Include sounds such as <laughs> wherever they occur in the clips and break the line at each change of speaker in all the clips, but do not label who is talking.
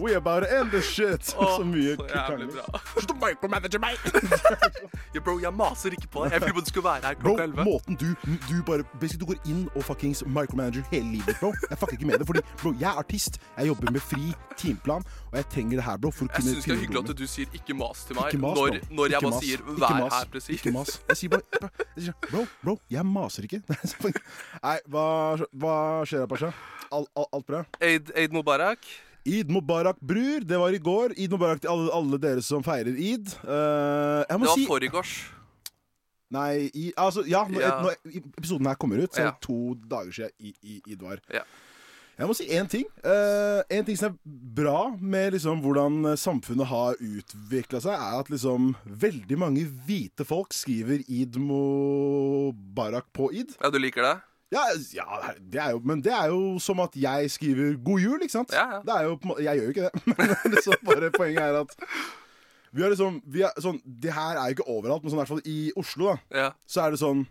We about to end this shit. Så mye
så jævlig
krangel.
bra.
Slutt å micromanage meg!
<laughs> Ja, bro, jeg maser ikke på deg. Jeg ville bare du skulle være her
Bro,
klokka elleve.
måten du, du bare Basically, du går inn og fuckings micromanager hele livet, bro. Jeg fucker ikke med det. Fordi, bro, jeg er artist. Jeg jobber med fri timeplan, og jeg trenger det her, bro. For å
Jeg
kunne
syns det er
finne
hyggelig
roen
at
min.
du sier 'ikke mas' til meg
Ikke mas,
når,
bro.
når jeg
Ikke
bare
mas.
sier
Ikke
'vær
mas.
her', presis.
Ikke mas. Jeg sier bare bro, jeg sier, bro, bro, jeg maser ikke. <laughs> Nei, hva, hva skjer her, Pasha? All, all, alt bra?
Eid, Eid Mubarak.
Eid Mubarak, bror. Det var i går. Eid Mubarak til alle, alle dere som feirer eid. Eh, jeg
Det
må
var
si
forgårs.
Nei, i, altså, ja, når,
Ja.
når episoden her kommer ut, så er
Ja.
det to dager siden i, i, eid var.
Ja.
Jeg må si én ting. Eh, en ting som er bra med liksom hvordan eh, samfunnet har utvikla seg, er at liksom veldig mange hvite folk skriver Eid Mubarak på id.
Ja, du liker det?
Ja, ja det er jo, men det er jo som at jeg skriver 'god jul', ikke sant?
Ja, ja.
Det er jo, på en måte- jeg gjør jo ikke det, <laughs> men liksom bare poenget er at vi har liksom, vi er, sånn, Det her er jo ikke overalt, men sånn, i hvert fall i Oslo, da
Ja.
så er det sånn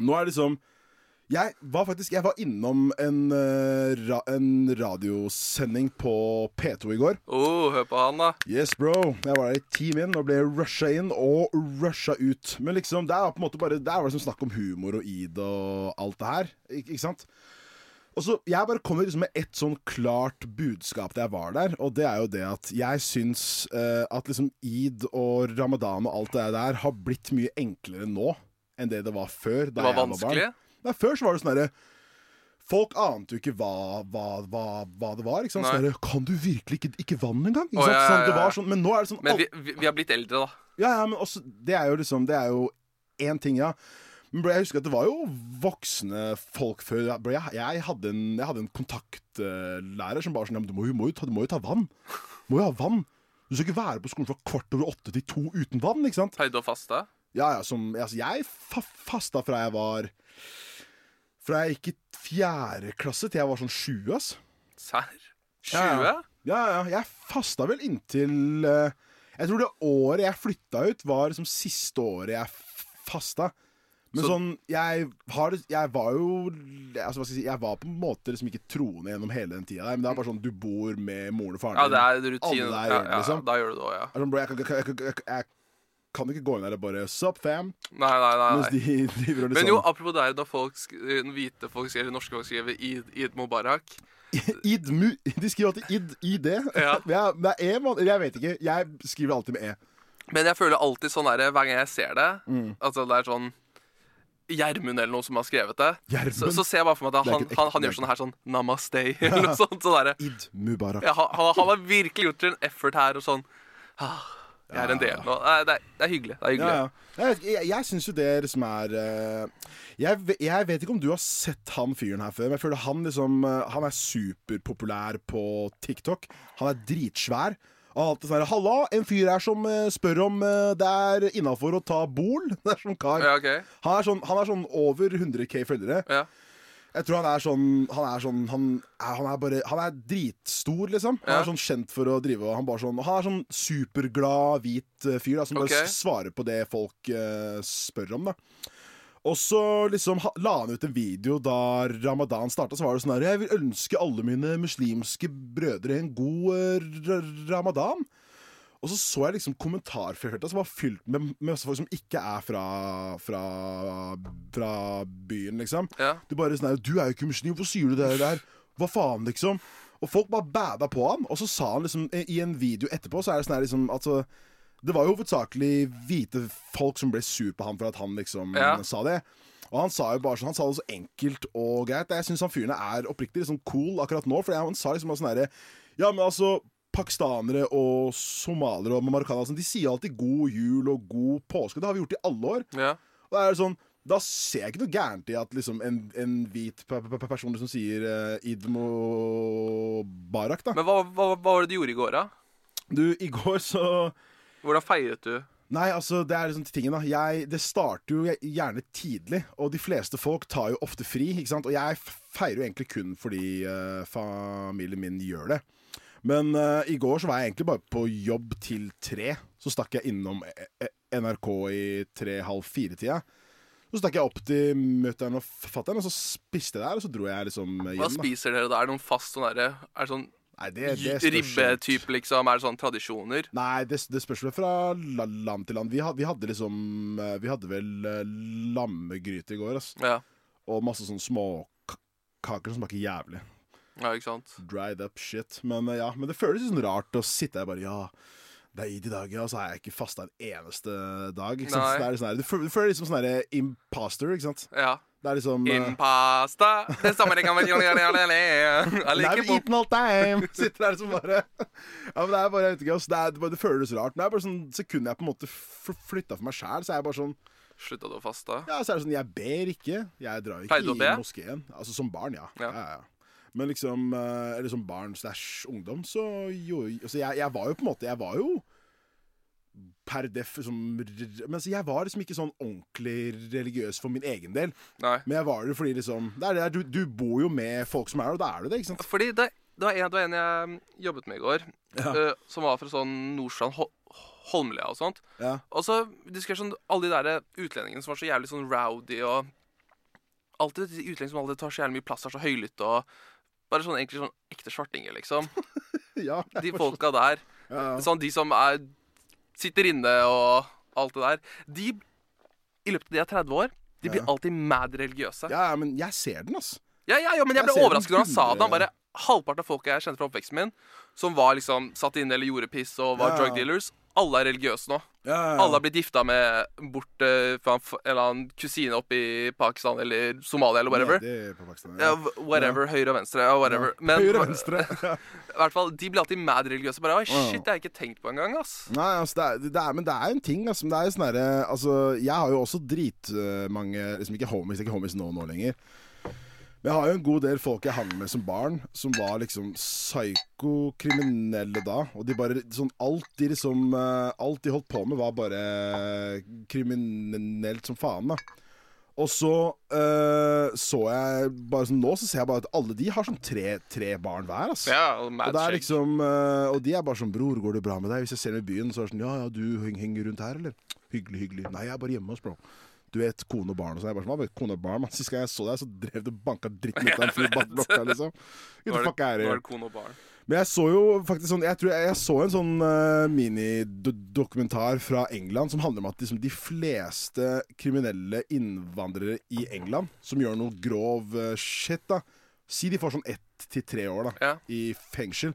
Nå er det liksom Jeg var faktisk Jeg var innom en, eh, ra, en radiosending på P2 i går.
Oh, hør på han, da.
Yes, bro. Jeg var der i ti min. Nå ble jeg rusha inn og rusha ut. Men liksom, det er på en måte bare Der var det som snakk om humor og id og alt det her. Ikke, ikke sant? Og så, Jeg bare kommer liksom med ett sånn klart budskap da jeg var der, og det er jo det at jeg syns eh, at liksom id og ramadan og alt det der har blitt mye enklere nå enn det det var før. Da
Det var
jeg var barn.
vanskelig.
Nei, før så var det sånn herre Folk ante jo ikke hva, hva, hva, hva det var. Ikke sant? Sånn
Nei.
derre, kan du virkelig ikke, ikke vann engang? Ikke
Å,
sant?
ja,
Sånn,
ja,
det
ja.
var sånn, men nå er det sånn
Men
alt-
vi, vi, vi har blitt eldre, da.
Ja, ja, men også Det er jo liksom Det er jo én ting, ja. Men bro, jeg husker at det var jo voksne folk før. ja, Bro, jeg, jeg, hadde en, jeg hadde en kontaktlærer som bare sånn ja, men du, må jo, må jo ta, du må jo ta vann. Du må jo ha vann. Du skal ikke være på skolen fra kvart over åtte til to uten vann, ikke sant?
Høyde og faste.
Ja, ja, som Altså, jeg fa fasta fra jeg var Fra jeg gikk i fjerde klasse til jeg var sånn sju, ass.
Serr? 20?
Ja, ja. Ja, ja. Jeg fasta vel inntil eh, Jeg tror det året jeg flytta ut, var liksom siste året jeg f- fasta. Men
Så-
sånn jeg, har, jeg var jo altså, hva skal jeg, si, jeg var på en måte liksom ikke troende gjennom hele den tida. der, Men det er bare sånn du bor med moren og faren
Ja, det er rutine.
Alle er
Ja,
hjemme,
ja,
liksom.
da gjør du det òg,
Jeg
ja.
er sånn, bro, jeg, kan- jeg, jeg, jeg, jeg kan ikke gå inn der og bare 'Sup, fam?'
Nei, nei, nei.
Mens
nei.
de <laughs> driver og
Men jo,
liksom
apropos der, da folk, sk- eh, hvite folk skriver, norske folk skriver Eid, Eid Mubarak
<laughs> id, mu, De skriver alltid 'id' i <laughs> det.
Ja.
Men det er E, man. Jeg vet ikke. Jeg skriver alltid med E.
Men jeg føler alltid sånn der, hver gang jeg ser det
Mm.
Altså det er sånn Gjermund eller noe som har skrevet det så,
Gjermund?
så ser jeg bare for meg at
Det er
han,
ikke et
han, han
ekte-
gjør sånn her sånn
<laughs>
Namaste eller noe sånt sånn derre.
Id Mubarak.
ja, han, han- han har virkelig gjort en effort her og sånn ah, Jeg er en del nå Nei, det, er, det er hyggelig, det er hyggelig
Ja, ja. Jeg, jeg, jeg syns jo det liksom er eh, jeg, ve- jeg vet ikke om du har sett han fyren her før, men jeg føler han liksom eh, Han er superpopulær på TikTok. Han er dritsvær. Og alltid sånn her, Halla, en fyr her som eh, spør om eh, det er innafor å ta bol. <laughs> Det er sånn kar.
Ja, ok.
Han er sånn, han er sånn over 100K følgere.
Ja.
Jeg tror han er sånn Han er, sånn, han er, han er, bare, han er dritstor, liksom. Han
Ja.
er sånn kjent for å drive og han, bare sånn, han er sånn superglad, hvit eh, fyr da, som bare
Ok.
s- svarer på det folk eh, spør om. da og så liksom ha- la han ut en video da ramadan starta. Så var det sånn her Jeg vil ønske alle mine muslimske brødre en god eh, ra- ramadan. Og så så jeg liksom kommentarfeltet som var fylt med, med masse folk som ikke er fra, fra, fra byen, liksom.
Ja.
Du bare sånn her Du er jo ikke muslim, hvorfor sier du det der? Hva faen, liksom? Og folk bare bada på han, og så sa han liksom i i en video etterpå, så er det sånn her liksom Altså Det var jo hovedsakelig hvite folk som ble sur på han for at han liksom
Ja.
sa det. Og han sa jo bare sånn Han sa det så enkelt og greit. Jeg syns han fyren er oppriktig liksom cool akkurat nå, for han sa liksom bare sånn herre Ja, men altså Pakistanere og somaliere og marokkanere og sånn, de sier alltid 'god jul' og 'god påske'. Det har vi gjort i alle år.
Ja.
Og da er det sånn da ser jeg ikke noe gærent i at liksom en, en hvit pe- pe- pe- person liksom sier uh, Id Mubarak, da.
Men hva, hva, hva var det du gjorde i går, da?
Du, i går så
Hvordan feiret du?
Nei, altså, det er liksom tingen, da. Jeg, det starter jo gjerne tidlig, og de fleste folk tar jo ofte fri, ikke sant. Og jeg feirer jo egentlig kun fordi eh, familien min gjør det. Men eh, i går så var jeg egentlig bare på jobb til tre. Så stakk jeg innom eh, eh, NRK i tre-halv fire-tida. Så stakk jeg opp til mutter'n og fatter'n, og så spiste jeg der, og så dro jeg liksom hjem.
Hva
da.
spiser dere da? Er det noen fast sånn derre Er det sånn
Nei, det, det spørs litt.
ribbetype, liksom? Er det sånn tradisjoner?
Nei, det, det spørs vel fra la- land til land. Vi, ha, vi hadde liksom eh, Vi hadde vel eh, lammegryte i går, ass.
Ja.
Og masse sånn sånne småkaker som smaker jævlig.
ja ikke sant?
Dried up shit. Men eh, ja, men det føles litt sånn rart å sitte her bare Ja, det er id i dag, ja. Og så har jeg ikke fasta en eneste dag. Ikke sant?
Nei.
Så det, er litt sånn her, du, føler, du føler liksom sånn herre imposter, ikke sant?
Ja.
Det er liksom eh,
Impasta Det samme det kan være Jeg
Nei,
liker
vi
pop.
eaten liksom all time! <laughs> Sitter der som bare Ja, men det er bare, jeg vet ikke, ass. Det, er, det, bare, det føles rart. Men det er bare sånn sekundet jeg på en måte flytta for meg sjæl, så er jeg bare sånn
Slutta du å faste?
Ja, så er det sånn, jeg ber ikke. Jeg drar ikke
Pleide du å
i
be?
moskeen. Altså som barn, ja.
Ja.
ja. ja, ja. Men liksom eh, Eller som barn slash ungdom, så jo altså, jeg, jeg var jo på en måte Jeg var jo per def som Men altså, jeg var liksom ikke sånn ordentlig religiøs for min egen del.
Nei.
Men jeg var det fordi liksom det er det, der, du, du bor jo med folk som er og da er du det, ikke sant?
Fordi det, det, var en, det var en jeg mm, jobbet med i går, eh, som var fra sånn Nordstrand Hol Holmlia og sånt.
Ja.
Og så diskuterte sånn alle de der utlendingene som var så jævlig sånn rowdy og Alltid de utlendinger som alltid tar så jævlig mye plass, er så høylytte og Bare sånn egentlig sånn ekte svartinger, liksom.
Ja,
De folka der. Sånn de som er sitter inne og alt det der. De, i løpet av de er 30 år, de blir alltid mad religiøse.
ja, ja, men jeg ser den, altså. ass.
Ja, ja, ja, men jeg
Jeg
ble
ser den
overrasket når han sa det. Han
hundre-
bare, Halvparten av folk jeg kjente fra oppveksten min, som var liksom satt inne eller gjorde piss og var
Ja.
drug dealers, alle er religiøse nå.
Ja, ja.
Alle har blitt gifta med bort eh, fra en f- en eller annen kusine oppe i Pakistan eller Somalia eller whatever.
Nede på Pakistan,
Ja, w- whatever, Høyre og venstre. Ja, whatever. Men
Høyre og venstre.
<laughs> i hvert fall, de blir alltid mad religiøse. Bare, Oi, shit, det har jeg ikke tenkt på engang. ass
Nei, altså, det er, det er, men det er jo en ting. Altså, men det er jo sånn derre altså, Jeg har jo også dritmange liksom Ikke homies, det er ikke homies nå, nå lenger. Men jeg har jo en god del folk jeg hang med som barn, som var liksom psykokriminelle da. Og de bare sånn Alt de liksom eh, Alt de holdt på med, var bare eh, kriminelt som faen, da. Og så eh, så jeg bare sånn Nå så ser jeg bare at alle de har sånn tre, tre barn hver, altså.
Ja, og mad
Og, det er
shake.
liksom, eh, og de er bare sånn 'Bror, går det bra med deg?' Hvis jeg ser dem i byen, så er det sånn 'Ja, ja, du heng, henger rundt her, eller?' Hyggelig, hyggelig. 'Nei, jeg er bare hjemme hos bro'. Du vet, kone og barn og sånn. Jeg bare sånn, hva vet kone og barn, man. <laughs> Sist gang jeg så deg, så drev du og banka dritten ut av en
<laughs>
fyr bak blokka, liksom. Get
Nå
the
er
fuck
det,
out of
nå er
here.
det kone og barn.
Men jeg så jo faktisk sånn Jeg tror jeg, jeg så en sånn eh, minidokumentar fra England som handler om at liksom, de fleste kriminelle innvandrere i England som gjør noe grov eh, shit, da Si de får sånn ett til tre år da
Ja.
i fengsel.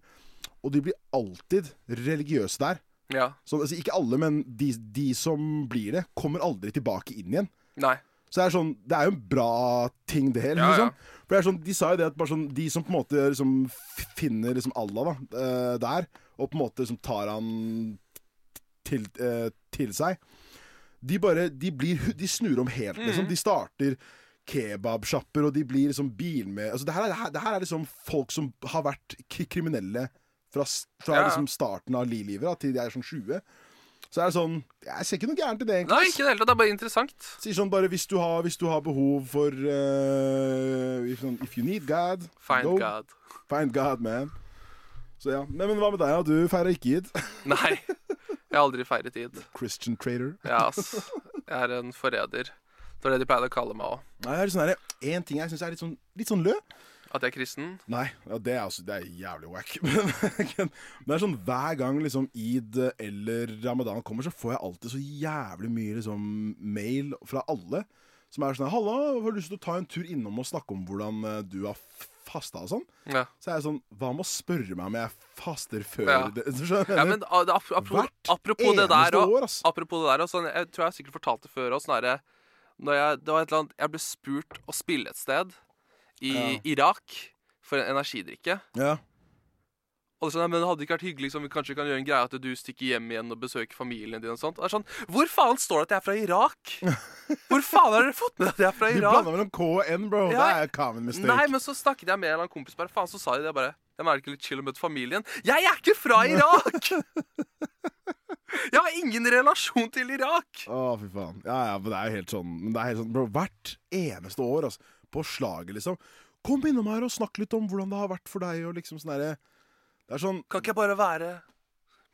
Og de blir alltid religiøse der.
Ja.
Så, altså, ikke alle, men de, de som blir det, kommer aldri tilbake inn igjen.
Nei.
Så det er sånn, det er jo en bra ting, det hele.
Ja, ja.
Liksom. For det er sånn, De sa jo det at bare sånn, de som på en måte liksom f- finner liksom Allah da, eh, der, og på en måte liksom tar han til, eh, til seg De bare, de, blir, hu- de snur om helt,
Mm.
liksom. De starter kebabsjapper, og de blir liksom bilmed altså, det, her, er- det, her, det her er liksom folk som har vært k kriminelle fra, s- fra
Ja, ja.
liksom starten av li-livet da, til de er sånn 20. Så er det sånn Jeg ser ikke noe gærent i det, egentlig.
Nei, ikke i det hele tatt. Det er bare interessant.
Sier sånn bare hvis du har, hvis du har behov for eh, if, sånn, if you need God,
Find
go.
God.
Find God, man. Så ja. Men, men hva med deg? da? Du feirer ikke id.
Nei. Jeg har aldri feiret id.
Christian trader.
Ja, ass. Jeg er en forræder. Det var det de pleide å kalle meg òg.
Nei, jeg er litt sånn her, En ting jeg syns er litt sånn, litt sånn lø.
At jeg er kristen.
Nei, ja, det, er også, det er jævlig wack. <laughs> Men, men det er sånn hver gang liksom id eller ramadan kommer, så får jeg alltid så jævlig mye liksom, mail fra alle som er sånn her, 'Halla, har du lyst til å ta en tur innom og snakke om hvordan eh, du har f- fasta?' og sånn.
Ja.
Så er jeg sånn Hva med å spørre meg om jeg faster før
Ja.
det? Så skjønner du hva
Ja,
jeg mener?
men a- det- ap- apropos,
Hvert
apropos det der
eneste
og,
år, ass.
Apropos det der og sånn, Jeg tror jeg sikkert fortalte det før også, sånn derre- når jeg, det var et eller annet, jeg ble spurt å spille et sted i Irak for en energidrikke.
ja.
Og det er sånn, «Nei, men det hadde ikke vært hyggelig liksom, vi kanskje kan gjøre en greie at du stikker hjem igjen og besøker familien din og sånt. Og det er sånn, Hvor faen står det at jeg er fra Irak? Hvor faen har dere fått med at jeg er
<laughs>
fra
Vi
Irak?
blanda mellom K og N, bro.
Ja.
Det er common mistake.
Nei, men så snakket jeg med en eller annen kompis bare, faen, så sa de det bare. Jeg merker litt chill å møte familien. Jeg er ikke fra Irak! <laughs> Jeg har ingen relasjon til Irak!
Å, fy faen. Ja, ja, men det er jo helt sånn, men det er helt sånn bro, Hvert eneste år, altså. På slaget, liksom. Kom innom her og snakk litt om hvordan det har vært for deg, og liksom sånn derre Det er sånn
Kan ikke jeg bare være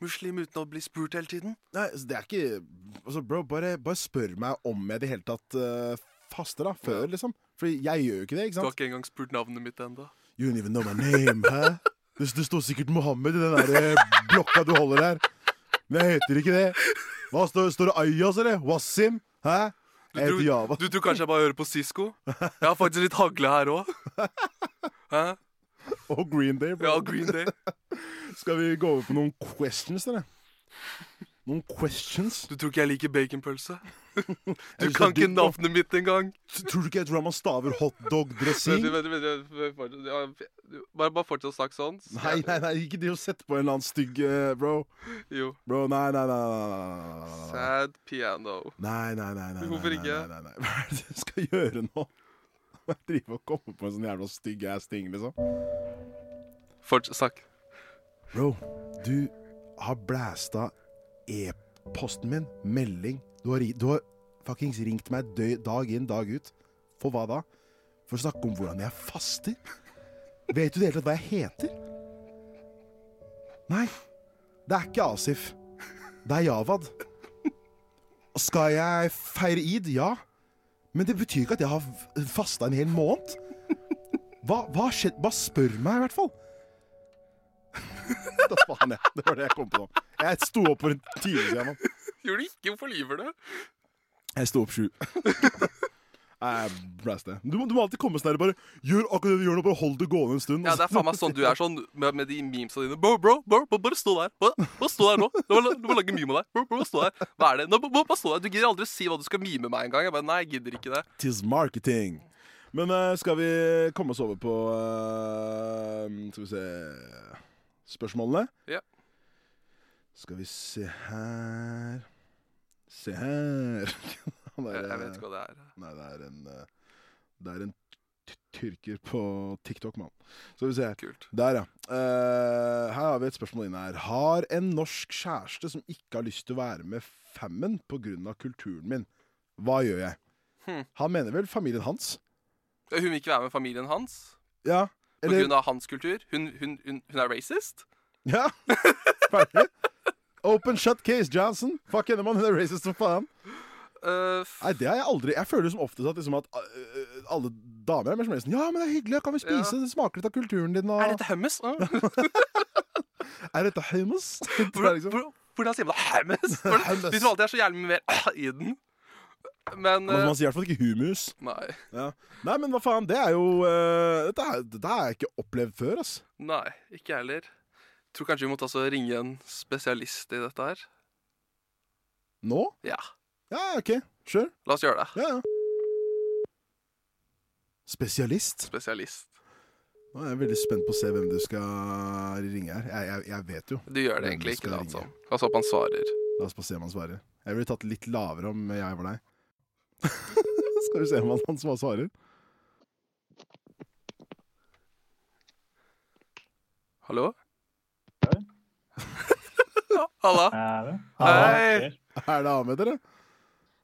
muslim uten å bli spurt hele tiden?
Nei, altså, det er ikke Altså, bro, bare, bare spør meg om jeg i det hele tatt eh, faster, da. Før, liksom. Fordi jeg gjør jo ikke det, ikke
Du har
sant?
ikke engang spurt navnet mitt ennå.
You don't even know my name, hæ? Det, det står sikkert Mohammed i den der eh, blokka du holder der. Men jeg heter ikke det. Hva står, står det Ayaz, eller? Wasim? Hæ?
Du,
Jeg
tror-
heter Java.
du tror kanskje jeg bare hører på Sisko? Jeg har faktisk litt hagle her òg.
Og Green Day, bro.
Ja, Green Day.
Skal vi gå over på noen questions, dere? Noen questions?
Du tror ikke jeg liker <laughs> baconpølse? Du
synes
kan
det er
ikke
dumt, da.
navnet mitt engang.
Tror du ikke jeg tror man staver hotdog-dressing?
Vent, vent, vent, vent, fortsett. Ja, Bare, bare fortsett å snakke sånn. så
Nei,
jeg-
nei, nei, ikke det å sette på en eller annen stygg eh, bro.
Jo.
Bro, nei, nei, nei, nei, nei, nei, nei, nei, nei, nei, nei,
Sad piano.
nei, nei, nei,
Hvorfor
nei,
ikke?
nei, <laughs> nei, nei. Hva er det du skal gjøre nå? <laughs> Jeg driver og kommer på en sånn jævla stygg ass ting, liksom.
Fortsett, snakk.
Bro, du har blæsta e-posten min, melding. Du har, ri- du har fuckings ringt meg dø- dag inn, dag ut. For hva da? For å snakke om hvordan jeg faster? Vet du i det hele tatt hva jeg heter? Nei, det er ikke Asif. Det er Javad. Skal jeg feire id? Ja. Men det betyr ikke at jeg har f- fasta en hel måned. Hva, hva har skjedd? Bare spør meg, i hvert fall. <laughs> Da faen jeg. Det var det jeg kom på nå. Jeg sto opp for en time siden. mann.
Gjorde du ikke? Hvorfor lyver du?
Jeg sto opp sju. <laughs> Nei, jeg blæste. Du, må- du må alltid komme sånn her. Bare gjør akkurat det du gjør nå, bare hold det gående en stund.
Ja, det er faen meg sånn du er sånn med, med de memesa dine. Bro, bro, bro, bro, bare stå der. Bare, bare stå der nå. Du må, la- du må lage meme av deg. Bro, bro, stå der. Hva er det? Nå, bare, bare stå der. Du gidder aldri å si hva du skal mime meg engang. Jeg bare, nei, jeg gidder ikke det.
Tis marketing. Men eh, skal vi komme oss over på eh, Skal vi se Spørsmålene?
Ja.
Skal vi se her Se her <laughs> Han
Jeg,
er,
jeg vet ikke hva det er.
Nei, det er en eh, Det er en ty- tyrker på TikTok, mann. Skal vi se.
Kult.
Der, ja. Eh, her har vi et spørsmål inne her. Har en norsk kjæreste som ikke har lyst til å være med fammen pga. kulturen min. Hva gjør jeg?
Hm.
Han mener vel familien hans?
Hun vil ikke være med familien hans
Ja.
på grunn av hans kultur. Hun, hun, hun, hun er racist.
Ja. <laughs> Ferdig. Open shut case, Johnson. Fuck henne, mann. Hun er racist som faen.
Eh, f-
Nei, det har jeg aldri Jeg føler som oftest at, liksom, at øh, alle damer er mer som helst sånn Ja, men det er hyggelig. Kan vi spise? Det smaker litt av kulturen din. Og...
er dette
<laughs>
hummus? Uh,
er dette hummus? <laughs> Det er
hvordan,
liksom-
hvordan, hvordan sier man det?
<laughs>
Hummus? For det-
Hummus.
De som alltid er så jævlig mye mer <laughs> i den. Men eh,
Man sier i hvert fall ikke humus.
Nei.
Ja. Nei, men hva faen, det er jo eh, Dette er- dette har jeg ikke opplevd før, ass.
Nei, ikke jeg heller. Tror kanskje vi må ta så ringe en spesialist i dette her.
Nå?
Ja,
Ja, ja, OK. Sure.
la oss gjøre det.
Ja, ja. Spesialist?
Spesialist.
Nå er jeg veldig spent på å se hvem du skal ringe her. Jeg, jeg, jeg vet jo.
Du gjør det
Hvem
egentlig ikke,
skal
da,
ringe?
altså. La oss håpe han svarer.
La oss bare se om han svarer. Jeg ville tatt litt lavere om jeg var deg. <laughs> skal vi se om han, han svar- svarer.
Hallo? <laughs> Halla.
Er det?
Hei.
skjer.
Er det Ahmed, eller?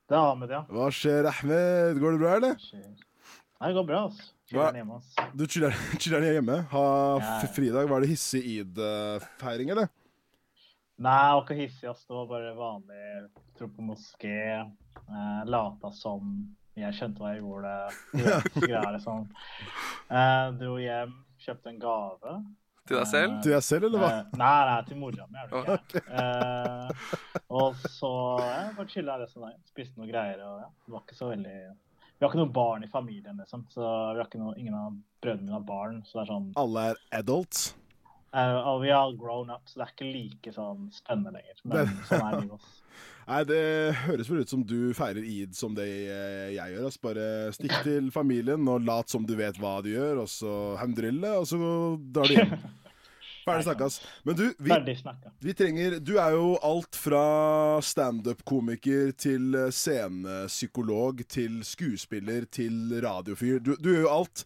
Det er Ahmed, ja.
Hva skjer, Ahmed? Går det bra, eller?
Skjer. Nei, det går bra, ass.
Hva-
Chiller'n hjemme, ass.
Du chiller <laughs> chiller'n hjemme. Ha
Ja, ja.
f fridag. Var det hissig id-feiring, eller?
Nei, jeg var ikke hissig, ass. Det var bare vanlig. Tro på moské. Eh, lata som jeg skjønte hva jeg
<laughs>
gjorde. Du vet, Greier liksom. Eh, dro hjem, kjøpte en gave.
Til deg selv?
Til deg selv, eller hva?
Eh, nei, nei, til mora mi er det ikke. Eh, og så ja, bare chilla resten av dagen. Spiste noen greier. og ja, det var ikke så veldig... Vi har ikke noen barn i familien, liksom. så vi har ikke noe, Ingen av brødrene mine har barn. så det er sånn...
Alle er adults.
eh, og vi har grown up, så det er ikke like sånn spennende lenger. Men sånn er livet. ass.
Nei, det høres vel ut som du feirer id som det eh, jeg gjør. ass. Bare stikk til familien og lat som du vet hva du gjør, og så hamdrille, og så drar du
<laughs>
hjem. Ferdig snakkas. Men du, <laughs> vi,
Ferdig snakka.
vi trenger Du er jo alt fra standup-komiker til eh, scenepsykolog til skuespiller til radiofyr. Du, du gjør jo alt.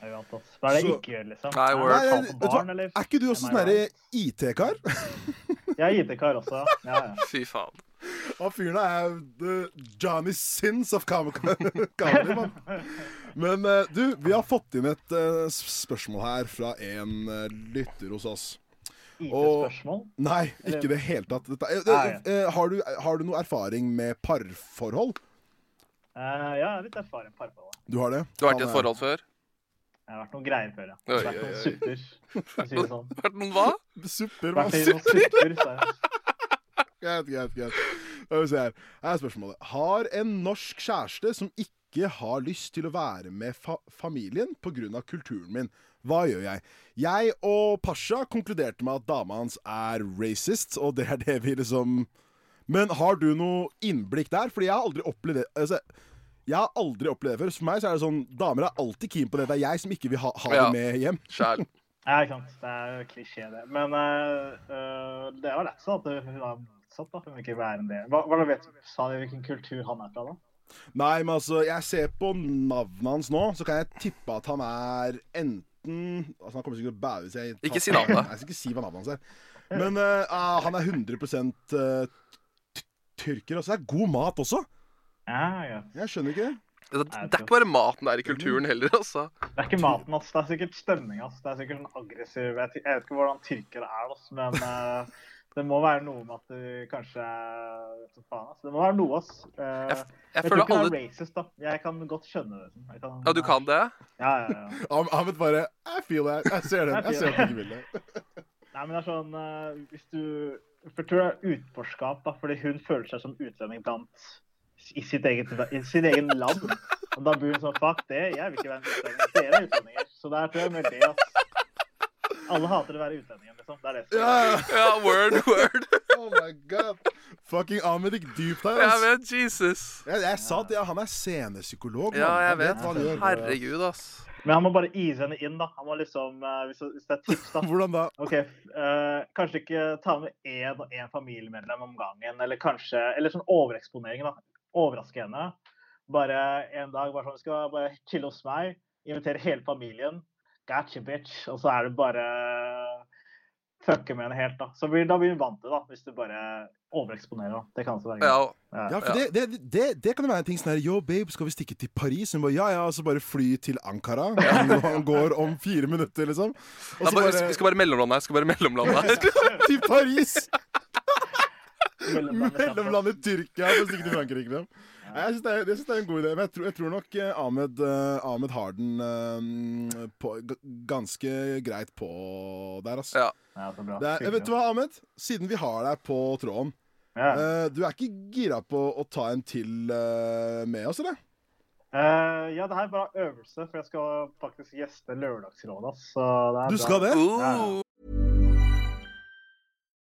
Jeg vet, ass. Hva er det jeg
Så-
ikke gjør, liksom?
Nei,
Er
word.
det
Nei,
faen
vet
for
du
barn,
hva?
eller?
er ikke du også
Am I
sånn derre
right?
<laughs> IT-kar?
Jeg er IT-kar også.
<laughs>
Ja, ja.
Fy faen.
Han fyren er the Johnny Sins of <laughs> com- comedy, mann. Men eh, du, vi har fått inn et eh, s- spørsmål her fra en eh, lytter hos oss. Og-
IT-spørsmål.
Nei, ikke i det hele tatt. Dette, eh,
Nei.
eh, har, du, har du noe erfaring med parforhold?
Eh, ja, jeg er litt erfaren parforhold.
Du har det?
Du har vært i
Han
et
er-
forhold før?
Jeg har vært noen greier før, ja.
Oi,
Det har vært
oi,
noen
oi.
supper. for å si det
<laughs>
sånn.
Vært noen hva?
Super, mann.
Vært i noen supper, sa jeg.
Greit, greit, greit. Skal vi se her. Her er spørsmålet. Har en norsk kjæreste som ikke har lyst til å være med fa familien pga. kulturen min, hva gjør jeg? Jeg og Pasha konkluderte med at dama hans er racist, og det er det vi liksom Men har du noe innblikk der? Fordi jeg har aldri opplevd det. Altså, jeg har aldri opplevd det før. Så For meg så er det sånn Damer er alltid keen på det. Det er jeg som ikke vil ha, ha
Ja.
det med hjem.
Sjæl.
Ja, ikke sant. Det er jo klisjé, det. Men eh, eh, det var lett sånn at hun var motsatt, da. Hun vil ikke være en del. Hva, hva vet du? Sa de hvilken kultur han er fra, da?
Nei, men altså, jeg ser på navnet hans nå, så kan jeg tippe at han er enten Altså, han kommer sikkert til å bære hvis jeg
Ikke si navnet.
Nei, <laughs> Jeg skal ikke si hva navnet hans er. Men eh, ah, han er 100 eh, t- tyrker. Altså, det er god mat også.
Ja, ja.
Jeg skjønner ikke det.
Det, det er ikke bare maten der i kulturen heller, altså.
Det er ikke maten, ass. Det er sikkert stemninga, ass. Det er sikkert en aggressiv Jeg vet jeg vet ikke hvordan tyrkere er, ass, men eh, det må være noe med at du kanskje vet du faen, ass. Det må være noe, ass. Eh,
Jeg, jeg
jeg tror
føler
ikke det
alle
er racist, da. Jeg kan godt skjønne det. liksom. Jeg Kan,
Ja, du kan det?
Ja, ja, ja.
Ahmed Ahmed bare I feel that. Jeg ser den. Jeg ser at du ikke vil det.
Nei, men det er sånn eh, Hvis du For jeg tror det er utborskap, da. Fordi hun føler seg som utlending blant i sitt eget, i sitt egen land. Og da blir hun sånn Fuck det, jeg vil ikke være en utlending. Dere er utlendinger. Så der tror jeg mer det at alle hater å være utlendinger, liksom. Det er det som
Ja, <laughs> ja.
Ja, word, word.
Oh my god. Fucking Ahmed gikk dypt her,
Jeg
altså.
vet, Jesus.
Jeg, jeg sa at ja, han er scenepsykolog.
Ja,
mann.
jeg
Han
vet.
hva han gjør.
Herregud, ass.
Men han må bare ease henne inn, da. Han må liksom eh, Hvis, hvis det er tips, da.
Hvordan da?
OK, eh, kanskje ikke ta med én og én familiemedlem om gangen, eller kanskje Eller sånn overeksponering, da. Overraske henne. Bare en dag bare sånn, skal bare chille hos meg, invitere hele familien. Gotcha, bitch. Og så er det bare fucke med henne helt, da. Så blir, da blir hun vant til det, da, hvis du bare overeksponerer. da. Det kan også være
Ja,
greit.
Ja, for Det, det, det, det kan jo være en ting sånn her Yo, babe, skal vi stikke til Paris? Hun bare ja, ja, og så bare fly til
<laughs>
Ankara. Når han går om fire minutter, liksom. Og så
Da bare,
bare
vi skal bare mellomlande her. Skal bare mellomlande
<laughs>
her.
til Paris!
<laughs>
Mellomlandet kjapt, da.
Mellomlandet Tyrkia for å stikke til Frankrike. Liksom. Nei, Jeg syns det, er- jeg synes det er en god idé, men jeg tror, jeg tror nok eh, Ahmed, eh, Ahmed har den eh, på, g ganske greit på der, altså.
Ja.
Ja, så bra.
Det er, vet du hva, Ahmed? Siden vi har deg på tråden,
Ja.
eh, du er ikke gira på å ta en til eh, med oss, eller?
Eh, ja, det her er bare øvelse, for jeg skal faktisk gjeste Lørdagsrådet. ass. Så det er
Du
bra.
skal det?
Uh,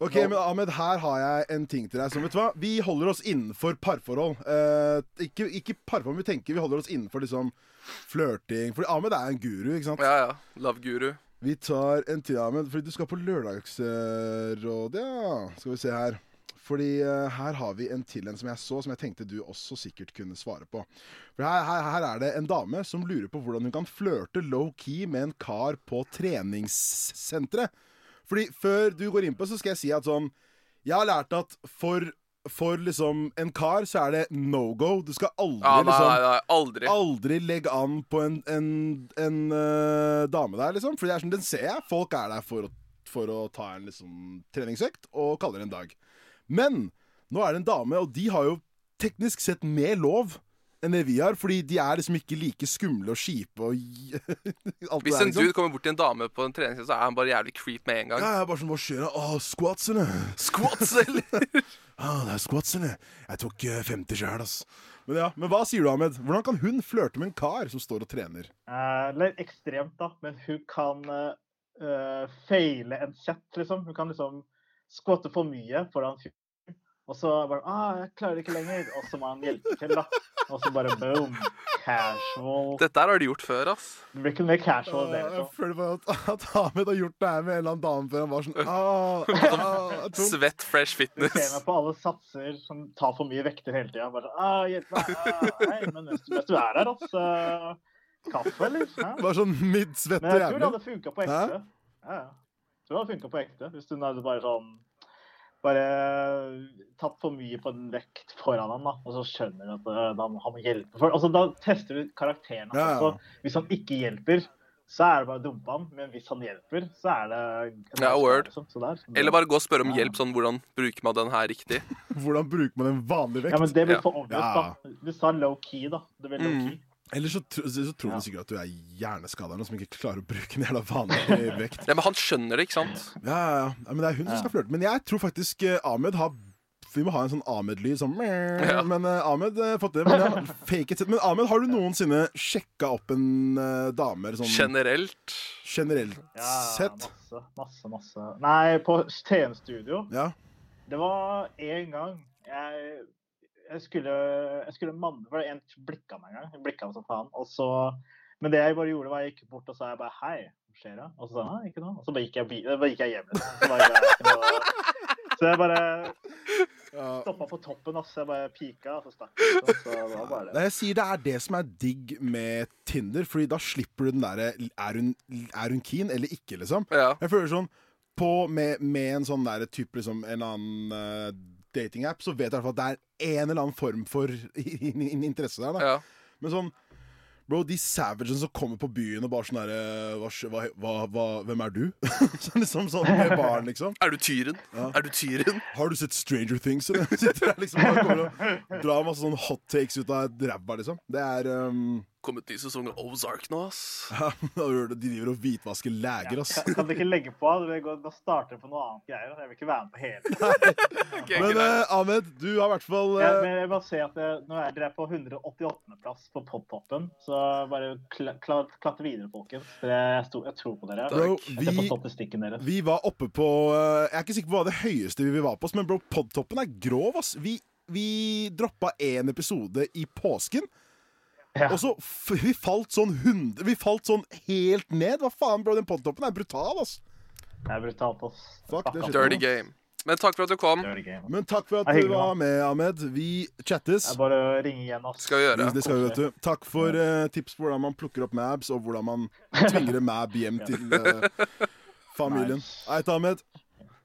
Ok, men Ahmed, her har jeg en ting til deg. Som, vet du hva? Vi holder oss innenfor parforhold. Eh, ikke, ikke parforhold vi tenker, vi holder oss innenfor liksom flørting. Fordi Ahmed er en guru, ikke sant?
Ja, ja. Love guru.
Vi tar en til, Ahmed, fordi du skal på Lørdagsrådet, ja. Skal vi se her. Fordi eh, her har vi en til en som jeg så, som jeg tenkte du også sikkert kunne svare på. For her, her, her er det en dame som lurer på hvordan hun kan flørte low-key med en kar på treningssenteret. Fordi før du går inn på, så skal jeg si at sånn Jeg har lært at for, for liksom en kar, så er det no go. Du skal aldri
Ja, nei,
liksom
nei, nei, aldri.
Aldri legg an på en, en, en eh, dame der, liksom. For det er sånn, den ser jeg. Folk er der for å, for å ta en liksom, treningsøkt og kaller det en dag. Men nå er det en dame, og de har jo teknisk sett mer lov enn det vi har. Fordi de er liksom ikke like skumle og kjipe og gi- <laughs> alt det der.
Hvis
liksom.
en dude kommer bort til en dame på en treningssted, så er han bare jævlig creep med en gang.
Ja, jeg er bare sånn, hva skjer da? Åh, squatsene.
Squats,
<laughs>
eller?
Ah, det er squatsene. Jeg tok eh, 50 sjøl, ass. Men ja, men hva sier du, Ahmed? Hvordan kan hun flørte med en kar som står og trener?
Eh, Eller ekstremt, da. Men hun kan eh, eh, feile en set, liksom. Hun kan liksom skvatte for mye foran fyren. Og så bare ah, 'Jeg klarer det ikke lenger.' Og så må han hjelpe til, da. Og så bare boom. Casual. Det
Dette her har de gjort før, ass.
blir ikke mer casual enn det.
Åh, Eh, Jeg
Liksom.
føler bare at, at Ahmed har gjort det her med en eller annen dame før han var sånn ah, ah, tung.
Svett fresh
Du ser
fitness.
meg på alle satser som tar for mye vekter hele tida. Bare sånn ah, 'Hjelp meg.' Ah, nei, men mens, mens du er her, altså. Kaffe, eller? Hæ?
Bare sånn midtsvett
Men
og
jeg tror det
jævlig.
hadde funka på
Hæ?
ekte. Ja, ja. Jeg tror det hadde funket på ekte hvis hun hadde bare sånn Bare tatt for mye på en vekt foran ham, da. Og så skjønner hun at øh, da må han må hjelpe. For, altså, da tester du karakteren hans
Ja, ja.
også. Hvis han ikke hjelper, så er det bare å dumpe ham. Men hvis han hjelper, så er det
Ja, word.
Så, så der.
Eller bare gå og spørre om hjelp, sånn hvordan bruker man den her riktig?
Hvordan bruker man en vanlig
Ja,
vekt?
men det
Ja.
blir for obvious,
Ja. Mm.
da. Du sa low key, da. Det blir low key.
Ellers så, tr- så tror
Ja.
du sikkert at du er hjerneskada eller noe som ikke klarer å bruke en jævla
<laughs>
vanlig vekt.
Ja, men han skjønner det, ikke sant?
Ja, ja, ja. ja, Men det er hun som skal flørte. Men jeg tror faktisk eh, Ahmed har vi må ha en sånn Ahmed-lyd. Sånn,
Ja.
Men eh, Ahmed eh, fått det. Men, ja, fake it. men Ahmed, har du noensinne sjekka opp en eh, dame sånn,
Generelt.
generelt
Ja,
sett?
masse, masse, masse. Nei, på TN-studio
Ja.
Det var en gang jeg, jeg skulle, jeg skulle manne for en blikka meg en gang. Jeg blikka meg som faen. Og så, men det jeg bare gjorde, var jeg gikk bort og sa jeg bare hei, hva skjer det? Og så sa han «Nei, ikke noe. Og så bare gikk jeg, bi- bare gikk jeg hjem. Liksom. Så, bare, så jeg bare stoppa på toppen, ass. Jeg bare pika, og så stakk jeg. Liksom. Så det var bare
Nei, jeg sier det er det som er digg med Tinder, Fordi da slipper du den derre er, hun- er hun keen eller ikke, liksom?
Ja.
Jeg føler sånn på, med, med en sånn derre type liksom En annen eh, datingapp, så vet jeg i hvert fall at det er en eller annen form for <laughs> in, in, interesse der, da.
Ja.
Men sånn Bro, de savagene som kommer på byen og bare sånn derre hva, skj- hva, hva, hva, Hvem er du? <laughs> Så liksom sånn med barn, liksom.
Er du tyren? Er du tyren?
Har du sett Stranger Things? Eller? <laughs> Sitter der liksom bare kommer og drar masse sånn hot takes ut av ræva, liksom. Det er ehm,
Kommet ny sesong av Ozark nå, ass.
Ja, <laughs> men da gjør det- De driver og hvitvasker leger, ass.
Kan, kan du ikke legge på? Det går- Da starter det på noe annet greier. Jeg vil ikke være med på hele
Ok,
Men
greit.
eh, Ahmed, du har i hvert fall
Ja,
eh,
men jeg bare ser at eh, Nå er dere på 188.-plass på podtoppen, så bare kla kla klatre videre, folkens. For jeg, sto- jeg tror på dere.
Bro,
Jeg ser på
vi,
statistikken deres.
vi var oppe på eh, Jeg er ikke sikker på hva det høyeste vi var på, ass, men bro, podtoppen er grov, ass. Vi, vi droppa én episode i påsken.
Ja.
Og så f vi falt sånn hund... Vi falt sånn helt ned. Hva faen, bro? Den podtoppen er brutal, ass.
Det er brutalt, ass.
Fuck, det
Fuck,
skjer.
Dirty game. Men takk for at du kom.
dirty game.
Men takk for
Det
at
er
du
hyggelig,
var
da.
med, Ahmed. Vi chattes.
Det er bare å ringe igjen, ass.
Skal vi gjøre.
Det skal vi, vet du. Takk for eh, tips på hvordan man plukker opp mabs, og hvordan man tvinger en mab
<laughs>
hjem til eh, familien. Eit, Ahmed.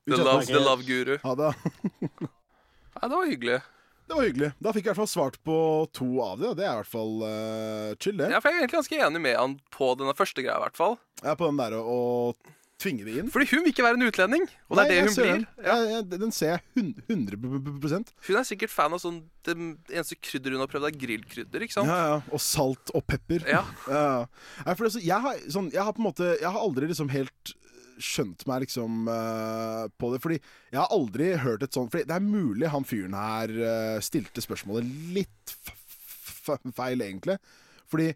Vi
The
chattes.
love, the love guru.
Ha det. <laughs>
Ja, det var hyggelig.
Det var hyggelig. Da fikk jeg i hvert fall svart på to av de. og Det er i hvert fall eh, chill, det.
Ja, for jeg er egentlig ganske enig med han på denne første greia, i hvert fall.
Jeg er på den der å å tvinge det inn.
Fordi hun vil ikke være en utlending, og det er
Nei, jeg
det hun
ser
blir.
Den. Jeg- jeg- den ser jeg hun- 100
Hun er sikkert fan av sånn Det eneste krydder hun har prøvd, er grillkrydder, ikke sant?
Ja, ja. Og salt og pepper.
Ja.
Ja. Nei, for altså, jeg, har, sånn, jeg har på en måte Jeg har aldri liksom helt skjønt meg liksom eh, på det. Fordi jeg har aldri hørt et sånt Fordi det er mulig han fyren her eh, stilte spørsmålet litt f f feil, egentlig. Fordi